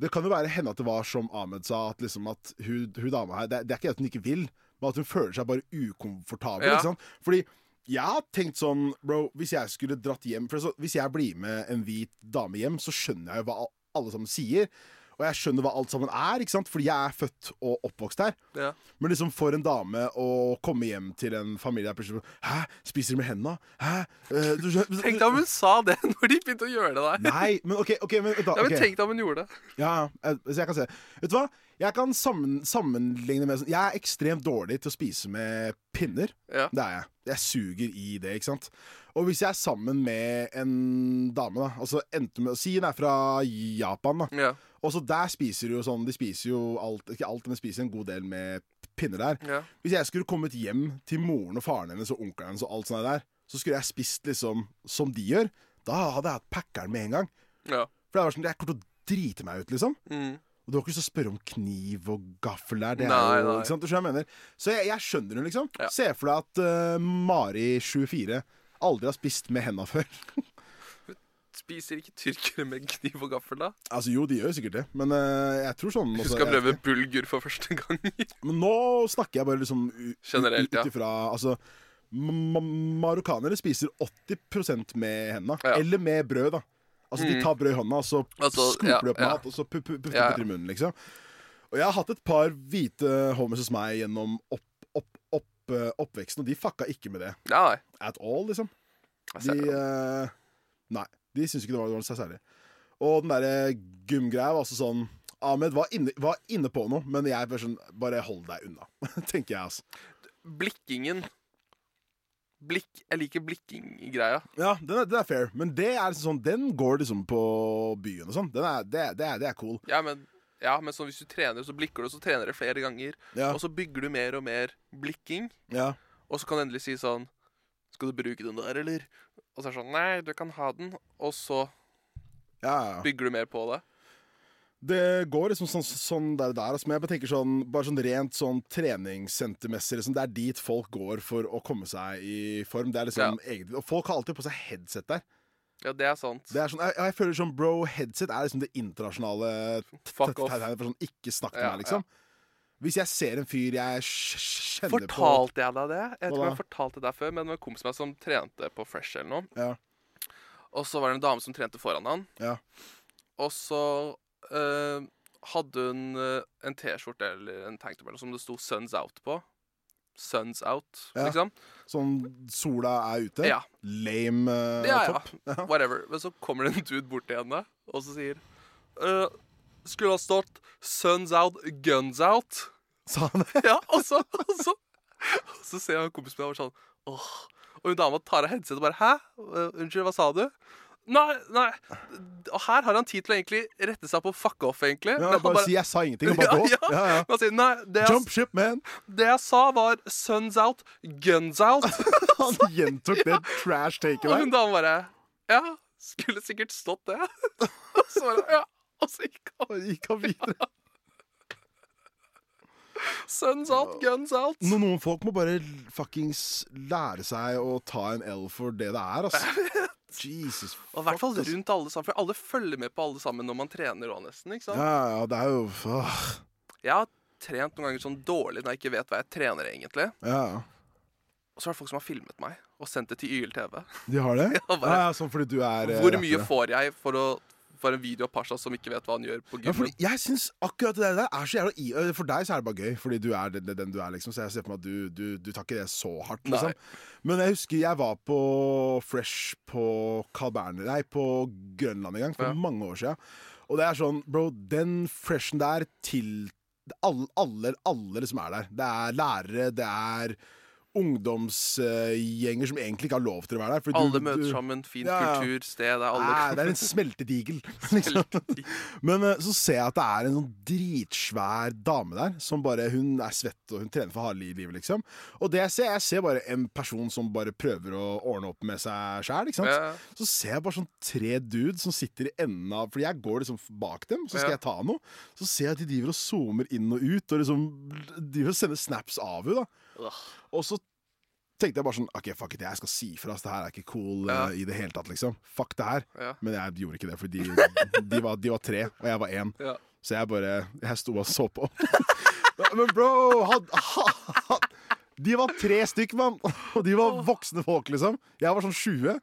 det kan jo være henne at det var som Ahmed sa, at liksom at hun, hun dama her det, er- det er ikke det at hun ikke vil, men at hun føler seg bare ukomfortabel.
Ja.
Ikke sant? Fordi jeg har tenkt sånn, bro, hvis jeg skulle dratt hjem for så, Hvis jeg blir med en hvit dame hjem, så skjønner jeg jo hva al- alle sammen sier. Og jeg skjønner hva alt sammen er, ikke sant? fordi jeg er født og oppvokst her.
Ja.
Men liksom for en dame å komme hjem til en familie der plutselig sånn, Hæ, spiser de med henda? Hæ? Eh, du skjø-
Tenk deg om hun sa det <laughs> når de begynte å gjøre det der.
Nei, men OK. ok, men, da,
Ja, men
ok.
tenk deg om hun gjorde det.
Ja, ja, eh, så jeg kan se. Vet du hva? Jeg kan sammen, sammenligne med sånn Jeg er ekstremt dårlig til å spise med pinner.
Ja.
Det er jeg. Jeg suger i det, ikke sant. Og hvis jeg er sammen med en dame, da Altså enten med Si hun er fra Japan, da.
Ja.
Og så der spiser de jo sånn De spiser jo alt Ikke alt, men de spiser en god del med pinner der.
Ja.
Hvis jeg skulle kommet hjem til moren og faren hennes og onkelen hennes og alt sånt der, så skulle jeg spist liksom som de gjør. Da hadde jeg hatt packeren med en gang.
ja.
For det var sånn, jeg kommer til å drite meg ut, liksom.
Mm.
Og du har ikke lyst til å spørre om kniv og gaffel der. Det
Nei,
er jo,
nei.
ikke sant? Du skjønner hva jeg mener. Så jeg, jeg skjønner henne, liksom.
Ja.
Se for deg at eh, Mari24 aldri har spist med henda før. <laughs>
Spiser ikke tyrkere med kniv og gaffel, da?
altså jo, de gjør jo sikkert det, men eh, jeg tror sånn
Hun
også-
skal
jeg-
prøve bulgur for første gang. <laughs>
Men nå snakker jeg bare liksom u-
Generelt,
ut
ja.
ifra Altså m- m- marokkanere spiser 80 med henda.
Ja.
Eller med brød, da. Altså De tar brød i hånda, og så
Altså,
skoper
ja,
de opp
ja.
mat, og så pu- pu- putter
Ja, ja.
de i munnen, liksom. Og jeg har hatt et par hvite homies hos meg gjennom opp, opp, opp, eh, oppveksten, og de fucka ikke med det
Ja, nei. altså.
at all, liksom.
Jeg
De
ser det.
eh, Nei, de syntes ikke det var noe seg særlig. Og den derre gymgreia var også sånn Ahmed var inne, var inne på noe, men jeg bare sånn Bare hold deg unna, <laughs> tenker jeg, altså.
Blikkingen. Blikk Jeg liker blikking-greia.
Ja, den er, den er fair, men det er liksom sånn den går liksom på byen og sånn. Den er, det, det, er, det er cool.
Ja, men, ja, men sånn, hvis du trener, så blikker du, så trener du flere ganger.
Ja.
Og så bygger du mer og mer blikking.
Ja.
Og så kan du endelig si sånn Skal du bruke den der, eller? Og så er det sånn Nei, du kan ha den. Og så
Ja, ja, ja.
bygger du mer på det.
Det går liksom sånn, sånn der, der altså, men jeg bare tenker sånn Bare sånn rent sånn treningssentermessig, liksom. Det er dit folk går for å komme seg i form. Det er liksom egentlig Og folk har alltid på seg headset der.
Ja, det er sant.
Det er sånn, jeg, jeg føler sånn bro headset er liksom det internasjonale t-
Fuck
t-
off.
tegnet for sånn ikke snakk til
Ja,
meg, liksom. Hvis jeg ser en fyr jeg kj- kjenner på
Fortalte jeg deg det? Jeg vet ikke
Hva
om
da?
jeg fortalte det der før, men det var en kompis av meg som trente på Fresh eller noe.
Ja.
Og så var det en dame som trente foran han.
Ja.
Og så eh, hadde hun eh, en T-skjorte eller en tanktop eller noe som det sto 'Suns Out' på. Suns Out,
Ja.
liksom.
Sånn sola er ute.
Ja.
Lame eh,
Ja, ja.
topp. Ja.
Whatever. Men så kommer det en dude bort til henne og så sier eh, Skulle ha stått 'Suns Out, Guns Out'.
Sa han <laughs> det?
<laughs> Ja, og så, og så, og så ser jeg en kompis med meg og er sånn Åh. Og hun dama tar av headsetet og bare Hæ? Eh, Unnskyld, hva sa du? Nei, nei Og her har han tid til å egentlig rette seg på fuck off, egentlig.
Ja,
<laughs> Men han
bare, si 'jeg sa ingenting', og bare gå.
<laughs> ja, ja.
Ja, ja.
Men Han sier nei, det jeg,
Jump ship,
<laughs>
man!
det jeg sa, var 'suns out, guns
<laughs>
out'.
Han gjentok det trash taket
<laughs> og hun
der.
dama bare Ja, skulle sikkert stått det. <laughs> og så bare Ja. Og så gikk han.
Og gikk han
<laughs>
videre.
Suns out, guns out.
No, noen folk må bare fuckings lære seg å ta en L for det det er,
<laughs>
altså. Jesus
Og i hvert fall
fuck, altså.
rundt alle sammen, for alle følger med på alle sammen når man trener òg, nesten. ikke sant?
Ja, ja, det er jo åh.
Jeg har trent noen ganger sånn dårlig når jeg ikke vet hva jeg trener egentlig.
Ja, ja.
Og så er det folk som har filmet meg og sendt det til YLTV.
De har det?
<laughs> Ja, bare-
ja, ja, sånn fordi du er eh,
Hvor mye
rappere.
får jeg for å for en video av Pasha som ikke vet hva han gjør på
Ja, fordi
gymmen.
jeg syns akkurat det der er så jævla i øh, For deg så er det bare gøy, fordi du er den, den du er, liksom. Så jeg ser for meg at du, du, du tar ikke det så hardt,
Nei.
liksom. Men jeg husker jeg var på Fresh på Carl Berner Nei, på Grønland en gang, for
Ja.
mange år siden. Og det er sånn, bro, den freshen der til alle, alle, alle som er der. Det er lærere, det er ungdomsgjenger som egentlig ikke har lov til å være der. fordi du-
Alle
du-
møter sammen, fin
Ja, ja.
kultur, sted der alle
Nei, det er en smeltedigel. <laughs>
Smeltedigel.
Men eh, så ser jeg at det er en sånn dritsvær dame der, som bare Hun er svett og hun trener for harde li- livet, liksom. Og det jeg ser, jeg ser bare en person som bare prøver å ordne opp med seg sjæl, ikke sant.
<laughs> Ja.
Så ser jeg bare sånn tre dudes som sitter i enden av Fordi jeg går liksom bak dem, så skal
Ja.
jeg ta noe. Så ser jeg at de driver og zoomer inn og ut, og liksom driver og sender snaps av henne, da. Og så tenkte jeg bare sånn OK, fuck it, jeg skal si fra. ass, Det her er ikke cool
Ja.
eh, i det hele tatt, liksom. Fuck det her.
Ja.
Men jeg gjorde ikke det, for de, de, var, de var tre, og jeg var én.
Ja.
Så jeg bare Jeg sto og så på. <laughs> Men bro had, ha- ha- De var tre stykk, mann! Og de var voksne folk, liksom. Jeg var sånn 20.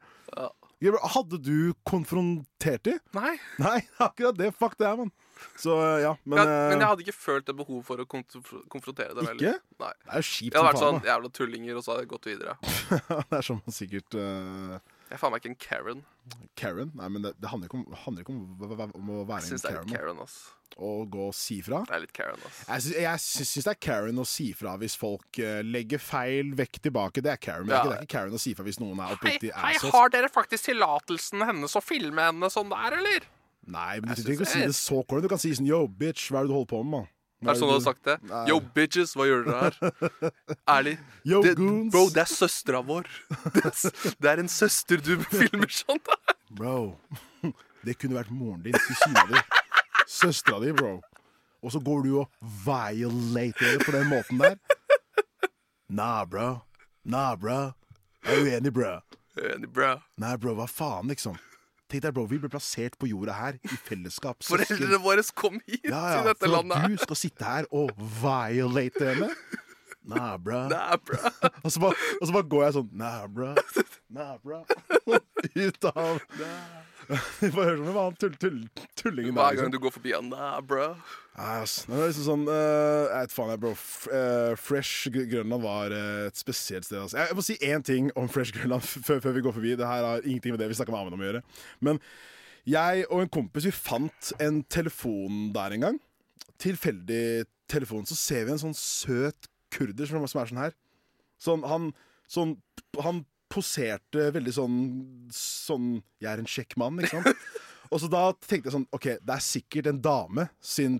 Jeg bare, Hadde du konfrontert de?
Nei.
Nei, akkurat det. Fuck det her, mann. Så ja, men,
Men, ja, men jeg
eh,
hadde ikke følt et behov for å konf konfrontere deg.
Ikke?
heller. Nei.
det er jo kjipt
Jeg hadde vært
som
sånn
faen.
jævla tullinger, og så hadde jeg gått videre.
da. <laughs> det er som sikkert eh,
Jeg er faen meg ikke en Karen.
Karen. Nei, men det, det handler ikke om, handler ikke om, hva- hva- om å
Jeg
være en
syns det er
Karen
litt
mann.
Karen, ass.
og gå og si fra.
Det er litt Karen, ass.
Jeg syns, jeg syns syns det er Karen å si fra hvis folk eh, legger feil vekk tilbake. Det er Karen, men det er ikke-
Ja.
det er ikke Karen å si fra hvis noen er
Hei,
oppriktig
hei,
assholes.
har dere faktisk tillatelsen hennes å filme henne sånn der, eller?
Nei, men du
Jeg
trenger ikke å
syns-
si det så kort. Du kan si sånn Yo, bitch, hva er det du holder på med, mann?
Er det sånn du hadde sagt det? Yo, bitches, hva gjør dere her? Ærlig.
<laughs> Yo,
det,
goons.
bro, det er søstera vår. <laughs> Det er, s- det er en søster du <laughs> filmer sånn der.
Bro, <laughs> det kunne vært moren din, kusina di, <laughs> søstera di, bro. Og så går du og violater det på den måten der. Nah, bro. Nah, bro. Jeg er uenig, bro.
Enig, bro.
Nei, bro, hva faen, liksom? Tenk deg, bro, vi ble plassert på jorda her i
<laughs>
fellesskap.
Foreldrene våre kom hit
ja, ja,
til dette
for at
landet. her.
Du skal sitte her og violate henne? Nah, bro.
Nei,
<laughs>
bro.
Og, så bare, og så bare går jeg sånn Nah, bro. Nah, bro. <laughs> Ut av <laughs> Vi får høre sånn hva han tull, tull, tullingen der.
Hver gang
Liksom.
du går forbi han, nei, bro.
Nei, ass. Det er liksom sånn eh, Jeg vet faen, jeg, bro. F eh, Fresh Gr- Grønland var eh, et spesielt sted. Altså. Jeg, jeg må si én ting om Fresh Grønland <laughs> f- før, før vi går forbi. Det her har ingenting med det vi snakka med Amund om å gjøre. Men jeg og en kompis vi fant en telefon der en gang. Tilfeldig telefon. Så ser vi en sånn søt kurder som, som er sånn her. Sånn, han, sånn, han poserte veldig sånn Sånn Jeg er en kjekk mann, ikke sant? Og så da tenkte jeg sånn OK, det er sikkert en dame sin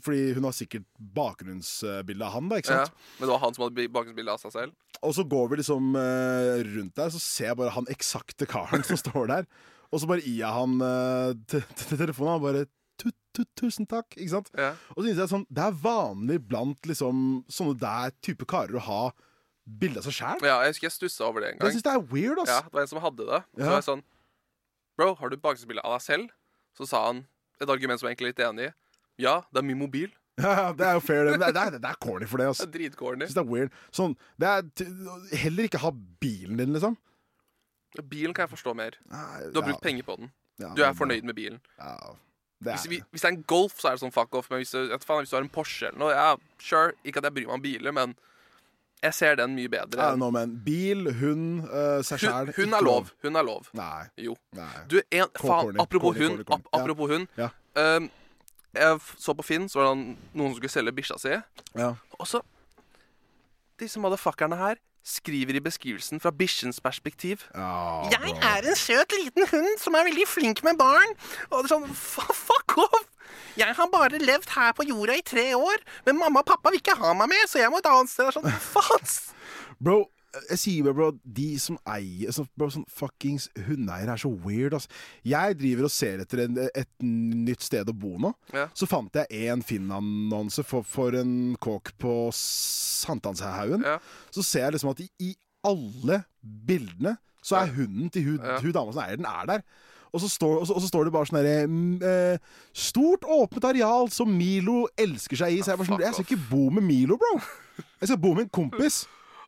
Fordi hun har sikkert bakgrunnsbilde av han, da, ikke
Ja.
sant?
Men det var han som hadde bakgrunnsbilde av seg selv?
Og så går vi liksom eh, rundt der, så ser jeg bare han eksakte karen som <laughs> står der. Og så bare gir jeg han eh, te- te- telefonen, og han bare tu- tu- Tusen takk, ikke sant?
Ja.
Og så synes jeg sånn, det er vanlig blant liksom sånne der type karer å ha bilde av seg sjæl.
Ja, jeg husker jeg stussa over det en
Jeg
gang.
syns det er weird, ass.
Ja, det var en som hadde det. Så
Ja.
var jeg sånn Bro, har du bakgrunnsbilde av deg selv? Så sa han et argument som jeg egentlig er litt enig i. Ja, det er min mobil.
Ja, <laughs> ja, det er jo fair, det. Men det er, det er- det er corny for det, ass.
Det er dritcorny.
Jeg synes det er weird. Sånn, det er t heller ikke ha bilen din, liksom.
Bilen kan jeg forstå mer.
Nei,
Du har
ja,
brukt penger på den.
ja,
Du er
men-
fornøyd med bilen.
Ja, det
Hvis,
er
vi, hvis det er en Golf, så er det sånn fuck off. Men hvis du, vet faen, hvis du har en Porsche eller noe, ja, sure. Ikke at jeg bryr meg om biler, men jeg ser den mye bedre.
Ja, nå, men bil, hund, eh, seg
hun,
sjæl
hun er lov. Hun er lov.
Nei.
Jo.
nei.
Du, en, faen,
corny,
apropos
corny, corny,
hund.
corny.
ap- Apropos hund.
Ja.
Ehm, jeg f- så på Finn, så var det han- noen som skulle selge bikkja si.
Ja.
Og så Disse motherfuckerne her skriver i beskrivelsen fra bikkjens perspektiv.
Ja,
Jeg er en søt liten hund som er veldig flink med barn. Og det er sånn, fa- fuck off! Jeg har bare levd her på jorda i tre år, men mamma og pappa vil ikke ha meg med, så jeg må et annet sted. Det er Sånn, faen! s-
Bro, jeg sier bare, bro, de som eier så, bro, sånn Fuckings hundeeiere er så weird, ass. Jeg driver og ser etter en, et nytt sted å bo nå.
Ja.
Så fant jeg en Finn-annonse for, for en kåk på Sankthanshaugen.
Ja.
Så ser jeg liksom at i, i alle bildene så er hunden til hun, hun dama som eier den, er der. Og så, står, og, så, og så står det bare sånn derre mm, eh, Stort åpent areal som Milo elsker seg i. Så jeg bare sånn
fuck
Jeg skal ikke bo med Milo, bro. Jeg skal bo med en kompis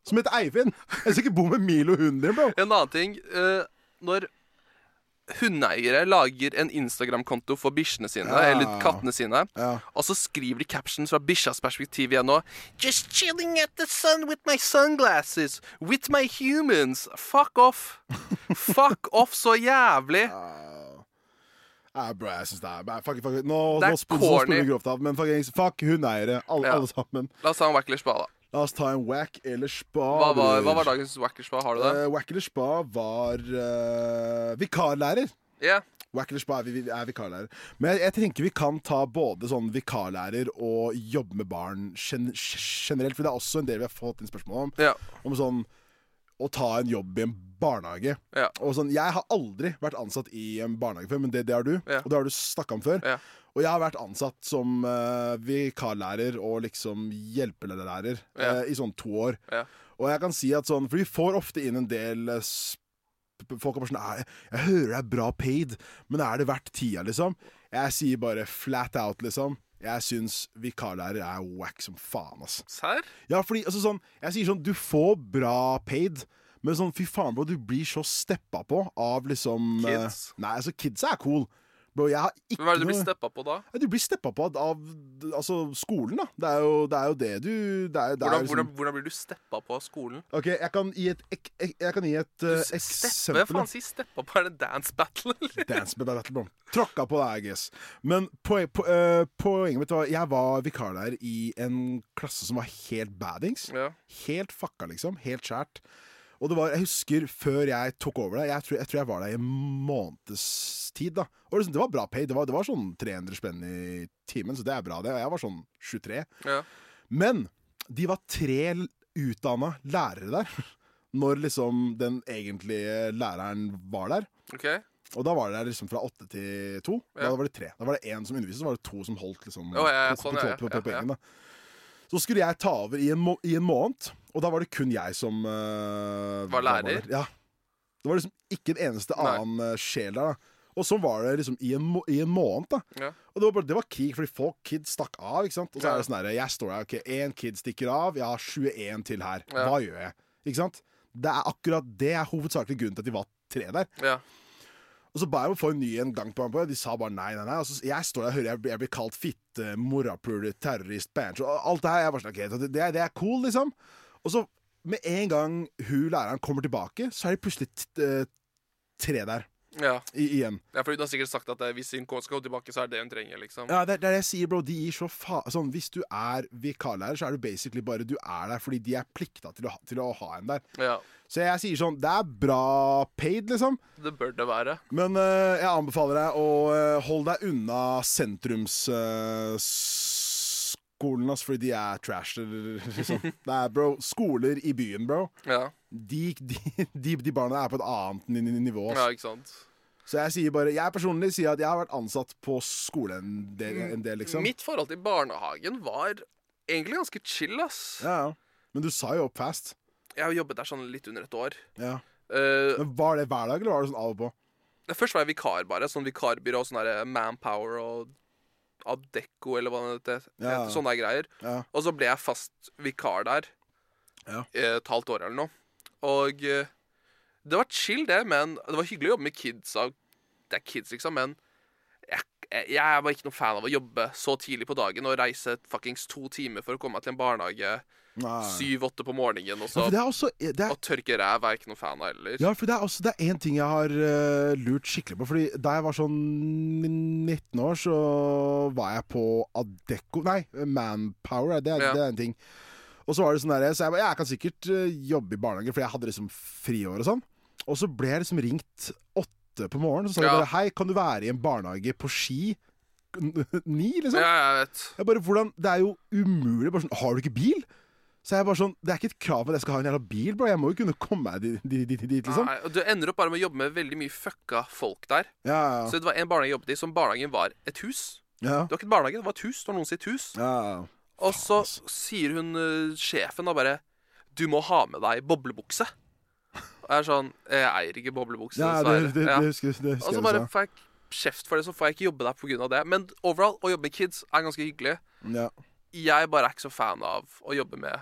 som heter Eivind. Jeg skal ikke bo med Milo hunden din, bro.
En annen ting eh, Når hundeeiere lager en Instagram-konto for bikkjene sine,
Ja.
eller kattene sine,
Ja.
og så skriver de captions fra bikkjas perspektiv igjen nå. Just chilling at the sun with my sunglasses, with my humans. Fuck off. Fuck off så jævlig.
Nei, bro, jeg synes det er nei, fuck, fuck, Nå,
Det er
nå, spiller, nå
corny.
spiller vi grovt av, men fuckings fuck hundeeiere. Alle,
Ja.
alle sammen.
La oss ta en Wackler Spa, da.
La oss ta en whack eller spa.
Hva var, hva
bror.
var dagens Wackler Spa? Har du
Eh,
det?
whack eller spa var eh, vikarlærer.
Ja.
Whack eller spa er, vi- er vikarlærer. Men jeg, jeg tenker vi kan ta både sånn vikarlærer og jobbe med barn gen generelt, for det er også en del vi har fått inn spørsmål om.
Ja.
Om sånn å ta en jobb i en barnehage.
Ja.
Og sånn, jeg har aldri vært ansatt i en barnehage før, men det, det har du.
Ja.
Og det har du snakka om før.
Ja.
Og jeg har vært ansatt som eh, vikarlærer og liksom hjelpelærer
Ja.
eh, i sånn to år.
Ja.
Og jeg kan si at sånn, for vi får ofte inn en del eh, sp- Folk er bare sånn «Nei, Jeg hører det er bra paid, men er det verdt tida, liksom? Jeg sier bare flat out, liksom. Jeg syns vikarlærer er wack som faen, ass.
Serr?
Ja, fordi altså sånn Jeg sier sånn, du får bra paid Men sånn, fy faen bro, du blir så steppa på Av liksom eh,
Kids.
Nei, altså kids er cool Bro, jeg har ikke
Hvem er det du blir
noe-
steppa på da?
Ja, du blir steppa på av, av altså, skolen da Det er jo det, er jo det du det er, det er
Hvordan,
liksom,
hvordan, hvordan blir du steppa på av skolen?
Ok, jeg kan gi et, ek, ek, jeg kan gi et eh,
S- Steppe? Hva
eksempel da.
faen sier steppa på? Er det dance battle, eller?
Dance Battle Battle Bomb. Tråkka på deg, guess. Men poe- po- eh, poenget mitt var jeg var vikarlærer i en klasse som var helt baddings.
Ja.
Helt fucka, liksom. Helt skjært. Og det var, jeg husker før jeg tok over det, jeg tror jeg, tror jeg var der i en måneds tid. da. Og liksom, Det var bra pay. Det var, det var sånn 300 spenn i timen, så det er bra, det. Og Jeg var sånn 23.
Ja.
Men de var tre l- utdanna lærere der. <laughs> Når liksom den egentlige læreren var der.
OK.
Og da var det liksom fra åtte til to.
Ja.
Da var det tre. Da var det én som underviste, så var det to som holdt liksom,
Å, ja, ja,
på- på
sånn, ja,
tå- på-
ja,
på
ja,
poengene. Så skulle jeg ta over i en, må i en måned, og da var det kun jeg som eh,
lærer?
der. Ja. Det var liksom ikke en eneste
Nei.
annen eh, sjel der. da. Og sånn var det liksom i en, må i en måned. da.
Ja.
Og det var, bare, det var krig, fordi folk kids stakk av. ikke sant? Og så
Ja.
er det sånn her, jeg står her, ok, én kid stikker av, jeg har 21 til her.
Ja.
Hva gjør jeg? Ikke sant? Det er akkurat det er hovedsakelig grunnen til at de var tre der.
ja.
Og så ba jeg om å få en ny en gang på gang på gang. De sa bare nei, nei, nei. Og så jeg står der og hører jeg, jeg blir kalt fitte, morapuler, terrorist, banjo og alt det her. Jeg bare sånn, ok, det, det, er- det er cool, liksom. Og så med en gang hun læreren kommer tilbake, så er de plutselig t eh, tre der
ja.
i igjen.
Ja, for Hun har sikkert sagt at eh, hvis hun skal tilbake, så er det hun trenger. liksom
Ja, det, er- det er det jeg sier, bro. De gir så fa sånn, hvis du er vikarlærer, så er du basically bare du er der fordi de er plikta til å, ha- til å ha en der.
Ja,
Så jeg sier sånn, det er bra paid, liksom.
Det bør det være.
Men eh, jeg anbefaler deg å eh, holde deg unna sentrumsskolen, ass, fordi de er trash. eller Liksom. Det er bro, skoler i byen, bro.
Ja,
De, de, de, de barna er på et annet ni- ni- nivå.
ja
Ass.
ikke sant
Så jeg sier bare Jeg personlig sier at jeg har vært ansatt på skole en del, en del liksom.
Mm, Mitt forhold til barnehagen var egentlig ganske chill. ass
Ja, ja. Men du sa jo opp fast.
Jeg har jobbet der sånn litt under et år.
Ja.
Eh,
Men Var det hver dag, eller var det sånn av og på?
først var jeg vikar, bare. Sånn vikarbyrå og sånn der Manpower og Adecco eller hva det heter.
Ja.
Sånne der greier.
Ja.
Og så ble jeg fast vikar der
Ja.
i et halvt år eller noe. Og eh, det var chill, det, men det var hyggelig å jobbe med kids. Og det er kids, liksom, men jeg, jeg- jeg var ikke noen fan av å jobbe så tidlig på dagen og reise fuckings to timer for å komme meg til en barnehage
Nei.
syv-åtte på morgenen,
Ja,
og så
for det er også det er
Og tørke ræv er jeg ikke noen fan av heller.
Ja, for det er også det er én ting jeg har eh, lurt skikkelig på. Fordi da jeg var sånn 19 år, så var jeg på Adecco Nei, Manpower. Det, er-
Ja.
det er en ting. Og så var det sånn der, så jeg, ba, ja, jeg kan sikkert eh, jobbe i barnehage, for jeg hadde liksom friår og sånn. Og så ble jeg liksom ringt åtte på morgenen, så sa de
Ja.
bare Hei, kan du være i en barnehage på Ski <laughs> ni, liksom?
Ja, jeg vet.
Jeg bare, hvordan, Det er jo umulig. Bare sånn, har du ikke bil? Så jeg bare sånn, Det er ikke et krav at jeg skal ha en jævla bil, bro. Jeg må jo kunne komme meg dit, dit, dit, dit liksom.
Nei, og du ender opp bare med å jobbe med veldig mye fucka folk der.
Ja, ja,
Så det var en barnehage jeg jobbet i som barnehagen var et hus.
ja.
Det var ikke en barnehage, det var et hus. Det var noen sitt hus.
ja, altså. ja.
Og så sier hun eh, sjefen da bare Du må ha med deg boblebukse. Og jeg er sånn Jeg eier ikke boblebukse,
ja det, det, det,
Ja.
husker, det
Og
husker
så
jeg. du
bare
sa.
får jeg kjeft for det, så får jeg ikke jobbe der pga. det. Men overall, å jobbe med kids er ganske hyggelig.
Ja.
Jeg bare er ikke så fan av å jobbe med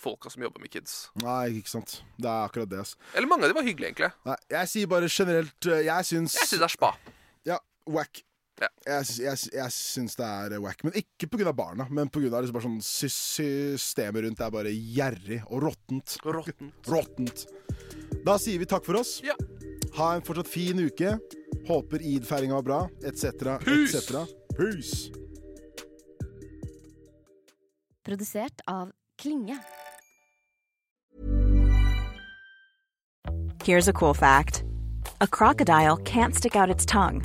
folka som jobber med kids.
Nei, ikke sant. Det er akkurat det. ass.
Eller mange av de var hyggelige, egentlig.
Nei, jeg sier bare generelt eh, Jeg syns
Jeg syns det er spa.
Ja, whack.
Ja.
Jeg, sy- jeg, sy- jeg syns det er eh, whack. Men ikke pga. barna, men pga. Liksom bare sånn sy systemet rundt. Det er bare gjerrig og råttent.
Råttent.
Råttent. Da sier vi takk for oss.
Ja.
Ha en fortsatt fin uke. Håper id-feiringa var bra, etc.,
Peace!
etc. Peace.
Produsert av Klinge.
Here's a cool fact a crocodile can't stick out its tongue.